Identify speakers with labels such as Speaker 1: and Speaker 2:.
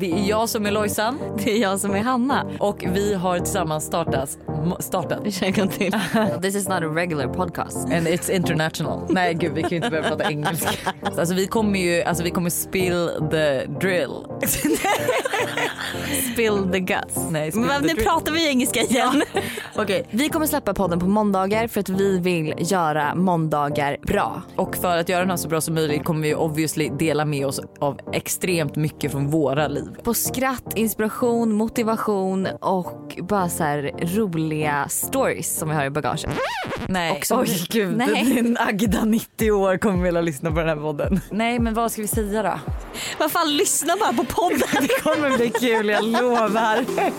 Speaker 1: Det är jag som är Lojsan.
Speaker 2: Det är jag som är Hanna.
Speaker 1: Och vi har tillsammans startats, startat
Speaker 2: Känn en till. This is not a regular podcast.
Speaker 1: And it's international. Nej gud vi kan ju inte börja prata engelska. Alltså vi kommer ju, alltså vi kommer spill the drill.
Speaker 2: Spill the guts.
Speaker 1: Nej, spill
Speaker 2: Men
Speaker 1: the
Speaker 2: nu
Speaker 1: drill.
Speaker 2: pratar vi engelska igen.
Speaker 1: Okej.
Speaker 2: Vi kommer släppa podden på måndagar för att vi vill göra måndagar bra.
Speaker 1: Och för att göra den här så bra som möjligt kommer vi obviously dela med oss av extremt mycket från våra liv.
Speaker 2: På skratt, inspiration, motivation och bara så här roliga stories som vi har i bagaget.
Speaker 1: Nej.
Speaker 2: Och så-
Speaker 1: Oj gud,
Speaker 2: Nej.
Speaker 1: din Agda 90 år kommer vilja lyssna på den här podden. Nej men vad ska vi säga då?
Speaker 2: Vad fan lyssna bara på podden.
Speaker 1: Det kommer bli kul, jag lovar.